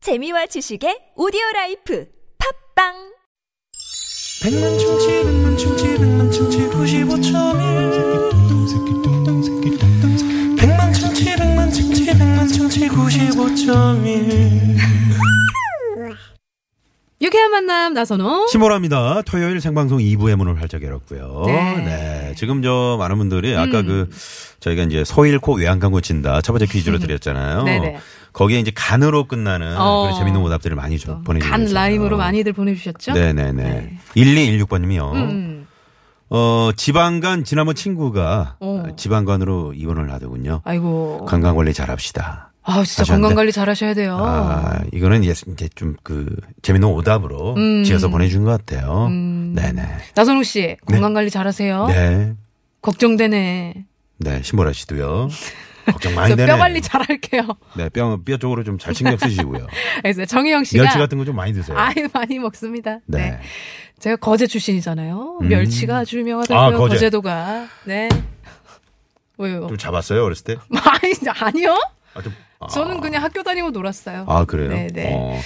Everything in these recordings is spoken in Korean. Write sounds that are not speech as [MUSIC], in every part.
재미와 지식의 오디오 라이프 팝빵 백만 충치 백만 충치 백만 충치 구십오점일 백만 충치 백만 충치 백만 충치 구십오점일 유쾌한 만남 나선홍. 시모라입니다. 토요일 생방송 2부의 문을 활짝 열었고요. 네. 음. 네. 지금 저 많은 분들이 아까 그 저희가 이제 소일 코 외양간 고친다 첫 번째 [LAUGHS] 퀴즈로 드렸잖아요. 네네. 거기에 이제 간으로 끝나는 어. 그런 재밌는 오답들을 많이 좀 보내주셨어요. 간 라임으로 많이들 보내주셨죠? 음, 네네네. 1216번님이요. 어, 지방간 지난번 친구가 어. 지방간으로 입원을 하더군요. 아이고. 어. 건강 관리 잘합시다. 아 진짜 하셨는데. 건강 관리 잘하셔야 돼요. 아, 이거는 이제 좀 그 재밌는 오답으로 음. 지어서 보내준 것 같아요. 네네. 나선홍 씨 건강 관리 잘하세요. 네. 걱정되네. 네, [LAUGHS] 신보라 씨도요. 걱정 많이 저 되네. 뼈 관리 잘할게요. [LAUGHS] 네, 뼈, 뼈 쪽으로 좀 잘 신경 쓰시고요. 그래서 정희영 씨가 멸치 같은 거 좀 많이 드세요. 아유 많이 먹습니다. 네. 네. 제가 거제 출신이잖아요. 음. 멸치가 아주 유명하다고요. 아, 거제. 거제도가. 네. 왜요? 좀 잡았어요, 어렸을 때? [LAUGHS] 아니 아니요. 아, 좀, 아. 저는 그냥 학교 다니고 놀았어요. 아, 그래요? 네네. 어. 음.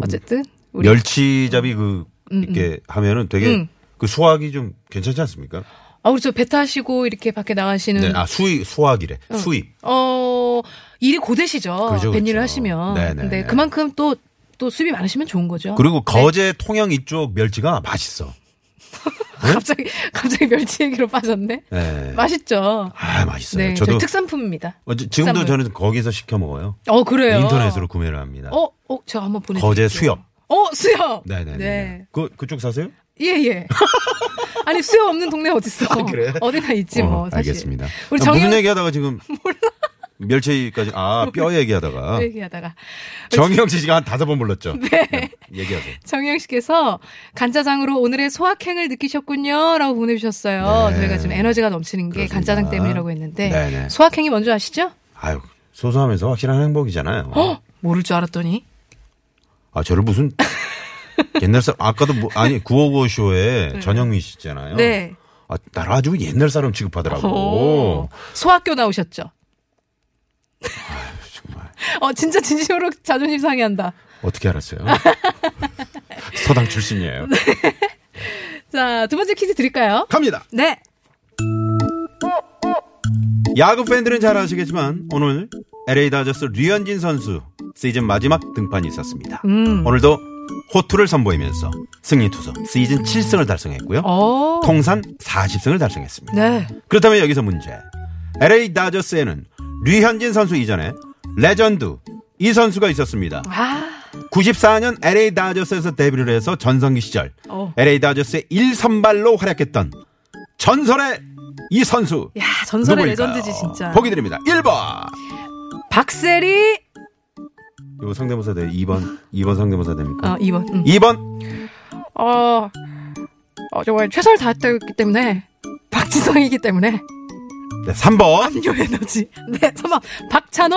어쨌든 우리 멸치잡이 그, 이렇게 하면은 되게 음. 그 수확이 좀 괜찮지 않습니까? 아, 우리 저 배 타시고 이렇게 밖에 나가시는 네, 아, 수입, 수확이래. 음. 수입. 어, 일이 고되시죠. 그렇죠, 뱃일을 그렇죠. 하시면. 네네. 근데 그만큼 또, 또 수입이 많으시면 좋은 거죠. 그리고 거제 통영 이쪽 멸치가 맛있어. 갑자기, [LAUGHS] 갑자기 멸치 얘기로 빠졌네. 그 네. 맛있죠. 아, 맛있어요. 네. 저희 저도 특산품입니다. 어, 지- 지금도 특산물. 저는 거기서 시켜 먹어요. 어, 그래요. 인터넷으로 구매를 합니다. 어, 어, 제가 한번 보내드릴게요. 거제 수협. 어, 수협. 네네네. 네. 그, 그쪽 사세요? 예, 예. [LAUGHS] 아니, 수협 없는 동네 어딨어. 아, 그래? 어디나 있지, 어, 뭐. 사실. 알겠습니다. 우리 아, 정영 무슨 [LAUGHS] 얘기하다가 지금 멸치까지 아 뼈 얘기하다가 얘기하다가. 정영 씨 지금 한 다섯 번 불렀죠. 네, 얘기하세요. 정영 씨께서 간짜장으로 오늘의 소확행을 느끼셨군요. 라고 보내주셨어요. 네. 저희가 지금 에너지가 넘치는 게 그렇습니다. 간짜장 때문이라고 했는데. 네네. 소확행이 뭔지 아시죠? 아유 소소하면서 확실한 행복이잖아요. 어? 모를 줄 알았더니. 아 저를 무슨 옛날 사람 아까도 뭐, 아니 구호구호 쇼에 전영미 씨잖아요. 네. 아 나를 아주 옛날 사람 오. 어. 취급하더라고. 소학교 나오셨죠? 정말 [LAUGHS] 어, 진짜 진심으로 자존심 상해한다. 어떻게 알았어요? [LAUGHS] 서당 출신이에요. 자, 두 번째 퀴즈 드릴까요? 갑니다. 네. 야구 팬들은 잘 아시겠지만 오늘 LA 다저스 류현진 선수 시즌 마지막 등판이 있었습니다. 음. 오늘도 호투를 선보이면서 승리 투수 시즌 7승을 달성했고요. 어. 통산 40승을 달성했습니다. 네. 그렇다면 여기서 문제. LA 다저스에는 류현진 선수 이전에 레전드 이 선수가 있었습니다. 아. 94년 LA 다저스에서 데뷔를 해서 전성기 시절 어. LA 다저스의 1선발로 활약했던 전설의 이 선수 야, 전설의 누구일까요? 레전드지, 진짜. 보기 드립니다. 1번. 박세리. 이거 상대모사 돼. 2번. 2번 상대모사 됩니까? 어, 2번. 음. 2번. 어, 어, 정말 최선을 다했기 때문에. 박지성이기 때문에. [LAUGHS] 네, 3번. 요 에너지. 네, 3번. 박찬호.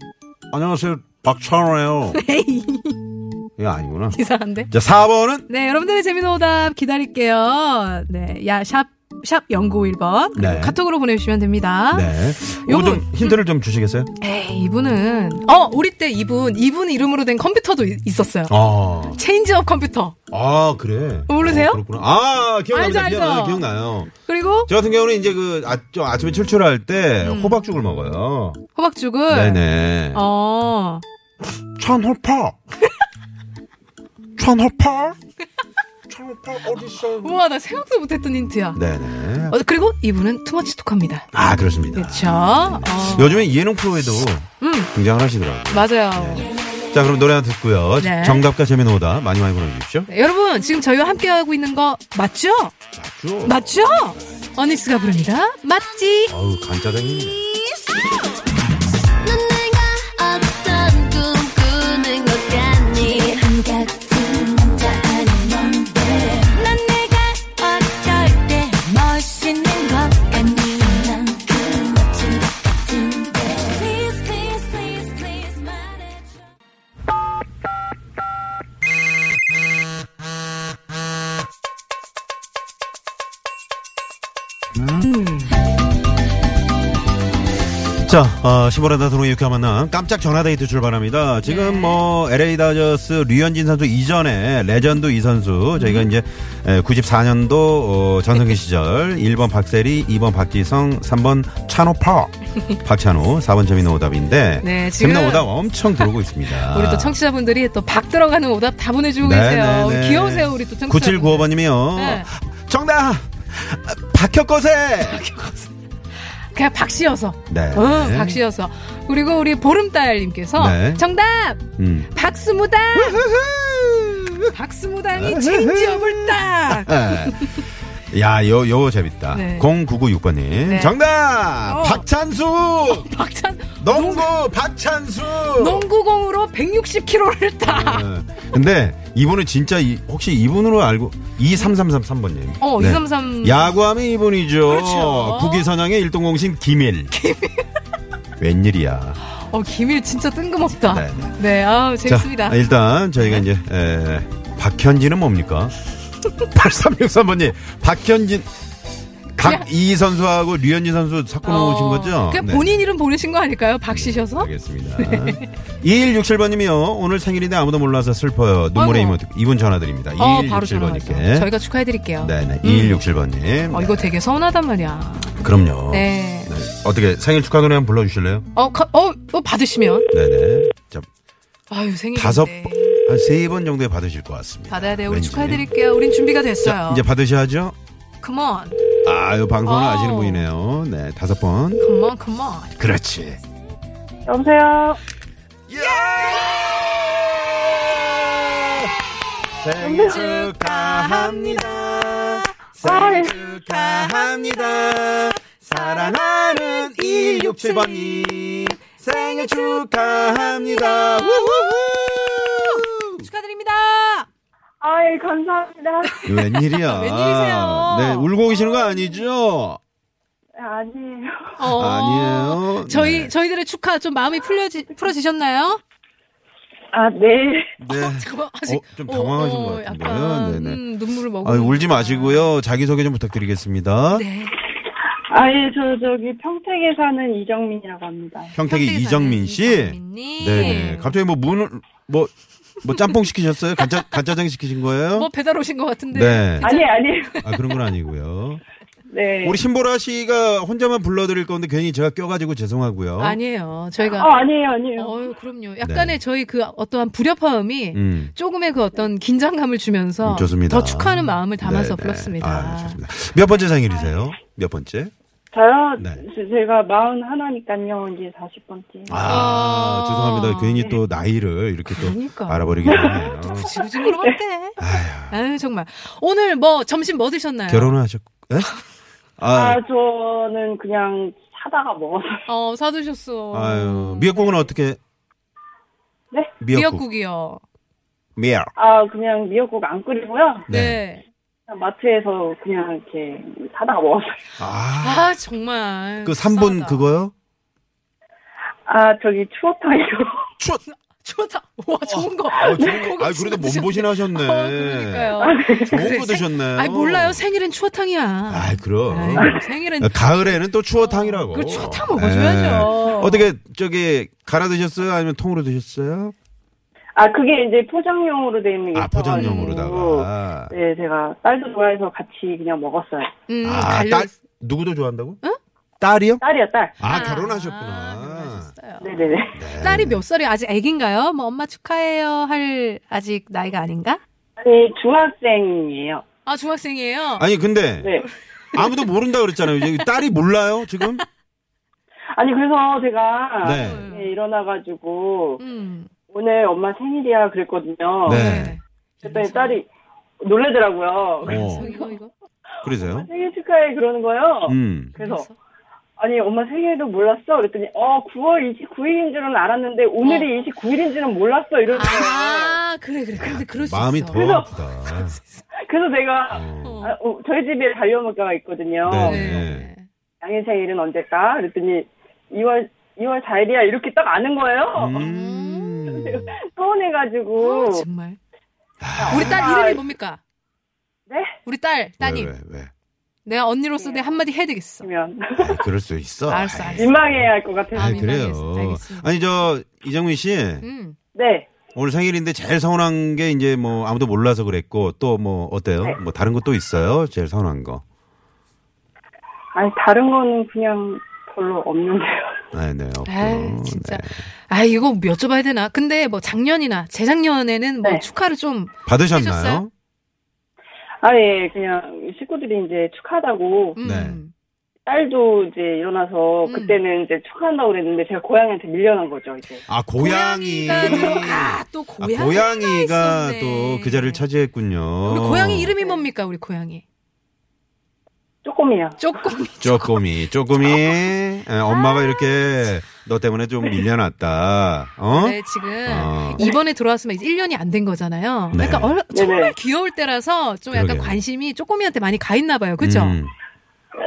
[LAUGHS] 안녕하세요. 박찬호예요. 에이, [LAUGHS] 이거 아니구나. 이상한데. 자, 4번은 네, 여러분들의 재미있는 오답 기다릴게요. 네, 야, 샵, 샵 0951번. 그리고 네. 카톡으로 보내주시면 됩니다. 네. 아? 요거 요거 좀 힌트를 좀 주시겠어요? 에이, 이분은. 어, 우리 때 이분, 이분 이름으로 된 컴퓨터도 이- 있었어요. 아. 체인지업 컴퓨터. 아, 그래. 모르세요? 어, 그렇구나. 아, 알죠, 기억납니다. 알죠. 기억나요. 기억나요. 그리고 저 같은 경우는 이제 그 아, 저 아침에 출출할 때 호박죽을 먹어요. 호박죽을. 네네. 음. 어, 찬호파. 찬호파. 찬호파 어디 있어요? 우와, 나 생각도 못했던 힌트야. 네네. 어, 그리고 이분은 투머치 톡합니다. 아 그렇습니다. 그쵸? 음. 어, 요즘에 이해농 프로에도 등장을 하시더라고요. 맞아요. 자 그럼 노래 하나 듣고요. 네. 정답과 재미는 오다 많이 많이 보내주십시오. 네, 여러분, 지금 저희와 함께하고 있는 거 맞죠? 맞죠? 맞죠? 어니스가 부릅니다. 맞지? 어우 간짜장이네. 넌 내가 어떤 꿈 꾸는 것 같니 안 같은 남자 아닌 건데 넌 내가 어떨 때 멋있는 것 같니 난그 멋진 것 같은데 Please please please please 말해줘 자, 어, 15라다 도로의 유쾌한 만남 깜짝 전화데이트 출발합니다. 지금 네. 뭐 LA 다저스 류현진 선수 이전에 레전드 이 선수 저희가 음. 이제 에, 94년도 어, 전성기 시절 1번 박세리, 2번 박기성, 3번 찬호 파워, 박찬호, 4번 재미는 오답인데 네, 지금 재미는 오답 엄청 들어오고 있습니다. 우리 또 청취자분들이 또 박 들어가는 오답 다 보내주고 아. 네, 계세요. 네, 네. 귀여우세요, 우리 또 청취자. 9795번님이요. 네. 정답 박혁거세. 그냥 박씨여서. 네. 어, 박씨여서. 그리고 우리 보름달님께서 네. 정답! 음. 박스무당! 박스무당이 네. 체인지업을 딱! 예. 야, 요, 요 재밌다. 네. 0996번님. 정답! 어. 박찬수! 박찬, 농구 박찬수! 농구공으로 160km를 딱! 예. 근데 이분은 진짜 이- 혹시 이분으로 알고 2333번님. 어, 2333. 네. 야구하면 이분이죠. 그렇죠. 국기선양의 일동공신 김일. [LAUGHS] 웬일이야. 어, 기밀 진짜 뜬금없다. 네, 네, 아우, 재밌습니다. 네. 자, 일단 저희가 이제 에, 박현진은 뭡니까? [LAUGHS] 8363번님 박현진 각 이 선수하고 류현진 선수 섞어 놓으신 어, 거죠? 그냥 네, 본인 네. 이름 보내신 거 아닐까요? 박씨셔서? [LAUGHS] 알겠습니다. 2167번님이요. 오늘 생일인데 아무도 몰라서 슬퍼요. 눈물의 아이고. 이모티 이분 전화드립니다. 어, 바로 전화하죠. 2167번님께. 저희가 축하해드릴게요. 음. 네네. 2167번님. 어, 이거 되게 서운하단 말이야. 그럼요. 네. 네. 어떻게 생일 축하 노래 한번 불러주실래요? 어, 가- 어, 어, 받으시면. 네네. 자, 아유, 생일. 다섯 한 세 번 정도에 받으실 것 같습니다. 받아야 돼요. 우리 왠지. 축하해드릴게요. 우린 준비가 됐어요. 자, 이제 받으셔야죠. 컴온. 아, 이 방송을 아우. 아시는 분이네요. 네, 다섯 번. 컴온, 컴온. 그렇지. 예! 여보세요. 생일 축하합니다. 아, 네. 생일 축하합니다. 사랑하는 167번님. 생일 축하합니다. 우후후. 축하드립니다. 아이 감사합니다. 웬일이야. [LAUGHS] 웬일이세요? 네, 울고 계시는 거 아니죠? 아니에요. 어, 아니에요. 저희, 네. 저희들의 축하 좀 마음이 풀려지, 풀어지셨나요? 아 네. 네. 잠깐만, 아직. 어, 좀 당황하신 것 같은데요. 약간, 네네. 음, 눈물을 먹고. 아, 울지 마시고요. 자기소개 좀 부탁드리겠습니다. 네. 아예 저 저기 평택에 사는 이정민이라고 합니다. 평택의 평택에 이정민 씨. 사는 이정민님. 네. 갑자기 뭐 문을 뭐, 뭐 짬뽕 시키셨어요? 간짜, 간짜장 시키신 거예요? 뭐 배달 오신 것 같은데. 네. [LAUGHS] 아니 아니에요. 아, 그런 건 아니고요. 네. 우리 신보라 씨가 혼자만 불러드릴 건데 괜히 제가 껴가지고 죄송하고요. 아니에요. 저희가. 어 아니에요 아니에요. 어유 그럼요. 약간의 저희 그 어떠한 불협화음이 네. 음. 조금의 그 어떤 긴장감을 주면서 음, 좋습니다. 더 축하하는 마음을 담아서 네네. 불렀습니다. 아, 좋습니다. 몇 번째 생일이세요? 몇 번째? 저요. 네. 제- 제가 마흔 하나니까요 이제 40번째. 아, 아. 죄송합니다. 괜히 또 나이를 이렇게 또 그러니까. [LAUGHS] 알아버리게 되네요. 지루지 그럼 어때? 아유 정말 오늘 뭐 점심 뭐 드셨나요? 결혼을 하셨고, 예? 아 아, 저는 그냥 사다가 먹었어요. 어 사드셨어. 아유, 미역국은 어떻게? 네? 미역국. 이요 미역. 아 그냥 미역국 안 끓이고요. 네. 그냥 마트에서 그냥 이렇게 사다가 먹었어요. 아, 아 정말. 그 3분 싸다. 그거요? 아 저기 추어탕이요. [LAUGHS] 추 좋다. 와 좋은 거. 아, 그래도, 아, 거기서 그래도 드셨네. 몸보신 하셨네. 어, 그러니까요. 좋은 그래, 생- 거 드셨네요. 아이 몰라요. 생일은 추어탕이야. 아, 그럼. 아이고, 생일은 아, 가을에는 또 추어탕이라고. 그걸 추어탕 먹어줘야죠. 예. 어떻게 저기 갈아 드셨어요? 아니면 통으로 드셨어요? 아 그게 이제 포장용으로 돼 있는 게 아, 있어가지고. 포장용으로다가. 네, 제가 딸도 좋아해서 같이 그냥 먹었어요. 음, 음, 아, 갈려. 딸 누구도 좋아한다고? 딸이요? 딸이요, 딸. 아, 아, 결혼하셨구나. 결혼하셨어요. 네네네. 네. 딸이 몇 살이 아직 애긴가요? 뭐 엄마 축하해요 할 아직 나이가 아닌가? 아니, 중학생이에요. 아 중학생이에요. 아니 근데 네. 아무도 모른다 그랬잖아요. 이제 딸이 몰라요 지금? 아니, 그래서 아, 제가 네. 네, 일어나가지고 음. 오늘 엄마 생일이야 그랬거든요. 네. 그랬더니 딸이 놀래더라고요. 어, 이거 이거. 그러세요? 생일 축하해 그러는 어. 거예요. 음. 그래서 아니, 엄마 생일도 몰랐어? 그랬더니 어, 9월 29일인 줄은 알았는데 오늘이 29일인지는 몰랐어 이러면서 어. 아 그래 그래. 근데 그럴 수 마음이 있어. 더 아프다. 그래서 제가 어. 아, 어, 저희 집에 반려묘가 있거든요. 네. 네. 양의 생일은 언제까? 그랬더니 2월 2월 4일이야 이렇게 딱 아는 거예요. 음. 서운해가지고 아, 정말. 우리 딸 이름이 뭡니까? 아, 네? 네. 우리 딸 따님 왜, 왜, 왜? 내가 언니로서 내 한마디 해야 되겠어. 면 아이, 그럴 수 있어. 알았어, 알았어. 민망해야 할 것 같아요. 아, 아, 그래요. 민망해서. 알겠습니다. 아니 저 이정민 씨 음. 네. 오늘 생일인데 제일 서운한 게 이제 뭐 아무도 몰라서 그랬고 또 뭐 어때요? 네. 뭐 다른 것도 있어요? 제일 서운한 거. 아니 다른 거는 그냥 별로 없는데요. [LAUGHS] 아, 네. 없고. 아, 진짜. 네. 아, 이거 뭐 여쭤봐야 되나? 근데 뭐 작년이나 재작년에는 뭐 네. 축하를 좀 받으셨나요? 해줬어요? 아예 그냥 식구들이 이제 축하하다고 음. 네. 딸도 이제 일어나서 음. 그때는 이제 축하한다고 그랬는데 제가 고양이한테 밀려난 거죠 이제. 아, 고양이. 고양이가 좀- 아, 또 아, 고양이가, 고양이가 있었네. 또 그 자리를 차지했군요. 우리 고양이 이름이 뭡니까, 우리 고양이? 조금이요. 쪼꼬미. [LAUGHS] 쪼꼬미, 쪼꼬미. 예, 엄마가 이렇게 너 때문에 좀 밀려났다. 어? 네, 지금 어. 이번에 들어왔으면 이제 1년이 안 된 거잖아요. 네. 그러니까 얼- 정말 네네. 귀여울 때라서 좀 약간 그러게요. 관심이 쪼꼬미한테 많이 가 있나 봐요. 그죠? 음.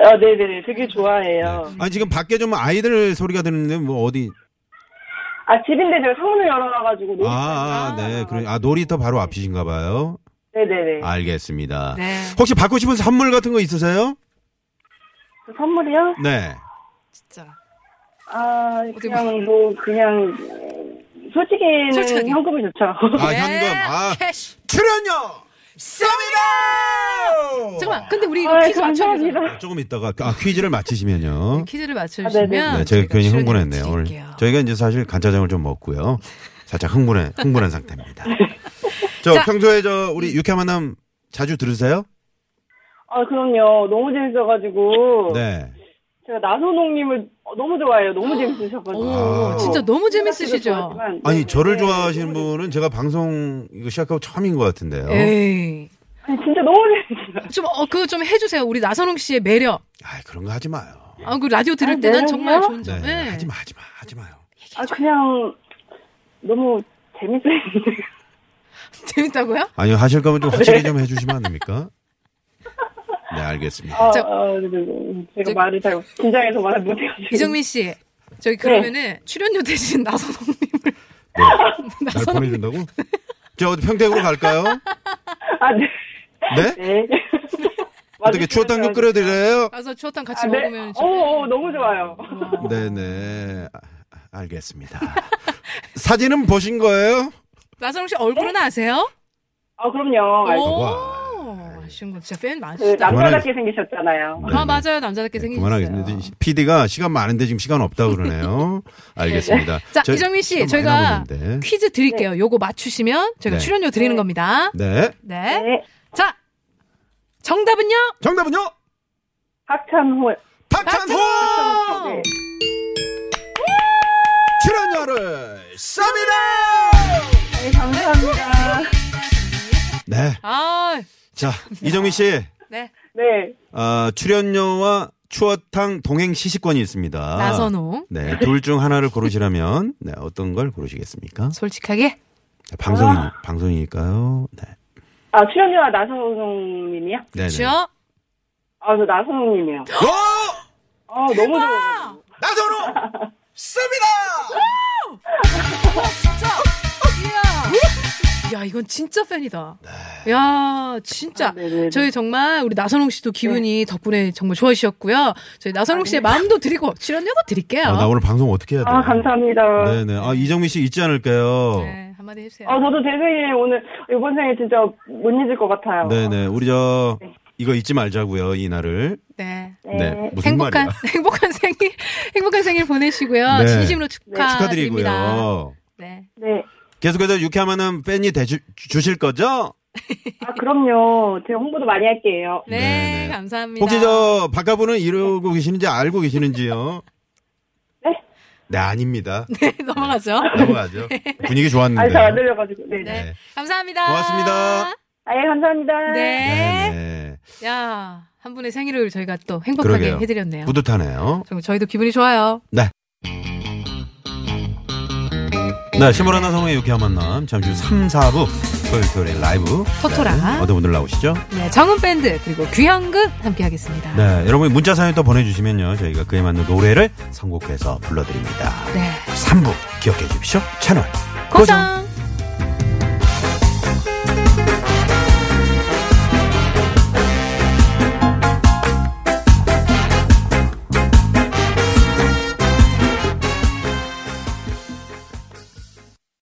아 네네 되게 좋아해요. 네. 아니 지금 밖에 좀 아이들 소리가 들리는데 뭐 어디? 아 집인데 제가 창문을 열어놔가지고 놀이. 아, 아, 네, 그래. 아 놀이터 바로 앞이신가 봐요. 네네네. 아. 알겠습니다. 네. 혹시 받고 싶은 선물 같은 거 있으세요? 그 선물이요? 네. 진짜. 아 그냥 뭐 그냥 솔직히는 솔직하게. 현금이 좋죠. 아 예, 현금. 아 캐시. 출연료. 쏩니다. 잠깐만. 근데 우리 이거 [LAUGHS] 아 퀴즈 맞춰야 되잖아. 감사합니다. 아, 조금 있다가 아, 퀴즈를 마치시면요. 퀴즈를 아, 맞춰주시면 네, 제가 괜히 출연을 흥분했네요. 오늘 드릴게요. 저희가 이제 사실 간짜장을 좀 먹고요. 살짝 흥분해 흥분한 상태입니다. 저 자. 평소에 저 우리 유쾌한 만남 자주 들으세요? 아 그럼요. 너무 재밌어가지고 네. 제가 나선홍님을 너무 좋아해요. 너무 재밌으셔가지고. 오, 진짜 너무 재밌으시죠? 좋아하지만, 아니 네, 저를 네, 좋아하시는 너무 분은 제가 방송 이거 시작하고 처음인 것 같은데요. 네. 에이. 재밌- 아니, 진짜 너무 재밌어요. 좀, 어, 그거 좀 해주세요. 우리 나선홍 씨의 매력. 아 그런 거 하지 마요. 아, 그 라디오 들을 아, 때 난 매력이요? 정말 좋은 네, 점. 예. 하지 마, 하지 마, 하지 마요. 아 그냥 너무 재밌어요. 네. 재밌다고요? 아니요 하실 거면 좀 확실히 좀 해주시면 안 됩니까? 네 알겠습니다. 아, 저- 아, 네, 네. 제가 저- 말을 잘 긴장해서 말을 못해가지고. 이정민 씨. 네. 저희 그러면은 출연료 대신 [LAUGHS] 나선홍님을. 날 네. 보내준다고? 저 어디 평택으로 갈까요? 아 [LAUGHS] 네. 네? 네. 어떻게 추어 당근 끓여드려요? 가서 추어탕 같이 아, 네. 먹으면. 오, 오, 너무 좋아요. 네네 아, 알겠습니다. 사진은 보신 거예요? 나선홍 씨 얼굴은 네? 아세요? 아, 그럼요. 오. 알죠. 아쉬운 건 진짜 팬 그 많으시다. 남자답게 생기셨잖아요. 네네. 아, 맞아요. 남자답게 네, 생기셨어요. 그만하겠습니다. PD가 시간 많은데 지금 시간 없다 [LAUGHS] 그러네요. 알겠습니다. 자, 저희 이정민 씨, 시간 많이 저희가 남았는데. 퀴즈 드릴게요. 요거 맞추시면 저희가 네. 출연료 드리는 겁니다. 네 네. 네. 자, 정답은요? 정답은요? 박찬호. 박찬호 아! 네. 출연료를 쏩니다. 네, 감사합니다. 네. 아, 자, 이정민 씨, 네. 네. 아, 출연료와 추어탕 동행 시식권이 있습니다. 나선홍. 네, 둘 중 하나를 고르시라면, 네, 어떤 걸 고르시겠습니까? 솔직하게. 네, 방송인, 아. 방송이니까요. 네. 아, 출연료와 나선홍님이요? 네네. 그렇죠? 아, 저 나선홍님이요. 어! 아, 너무 좋아요. 나선홍! 씁니다! 야, 이건 진짜 팬이다. 네. 야, 진짜. 아, 네네네. 저희 정말 우리 나선홍 씨도 기분이 덕분에 정말 좋아지셨고요. 저희 나선홍 씨의 마음도 드리고 출연료도 드릴게요. 아, 나 오늘 방송 어떻게 해야 돼? 아, 감사합니다. 네네. 아, 이정민 씨 잊지 않을까요? 네, 한마디 해주세요. 아, 저도 제 생일 오늘, 이번 생일 진짜 못 잊을 것 같아요. 네네. 우리 저, 이거 잊지 말자고요, 이 날을. 네. 네. 무슨 행복한 [LAUGHS] 말이야. 행복한 생일 행복한 생일 보내시고요. 네. 진심으로 축하드립니다. 축하드리고요. 네. 네. 계속해서 유쾌하면은 팬이 되 주실 거죠? 아, 그럼요. 제가 홍보도 많이 할게요. 네, 네, 네. 감사합니다. 네. 혹시 저 바깥분은 이러고 계시는지 알고 계시는지요? 네? 네, 아닙니다. [LAUGHS] 네, 넘어가죠. 넘어가죠. 분위기 좋았는데. 아, 잘 안 들려가지고. 네. 네. 네. 네. 감사합니다. 고맙습니다. 아예 감사합니다. 네. 네, 야, 한 분의 생일을 저희가 또 행복하게 그러게요. 해 드렸네요. 네. 뿌듯하네요. 저희도 기분이 좋아요. 네. 네, 시모라나 성우의 유쾌한 만남. 잠시 후 3, 4부. 토요일 토요일 라이브. 토토라. 네, 어떤 분들 나오시죠? 네, 정은 밴드 그리고 귀향극 함께 하겠습니다. 네, 여러분 문자 사연 또 보내주시면요. 저희가 그에 맞는 노래를 선곡해서 불러드립니다. 네. 3부 기억해 주십시오. 채널 고정.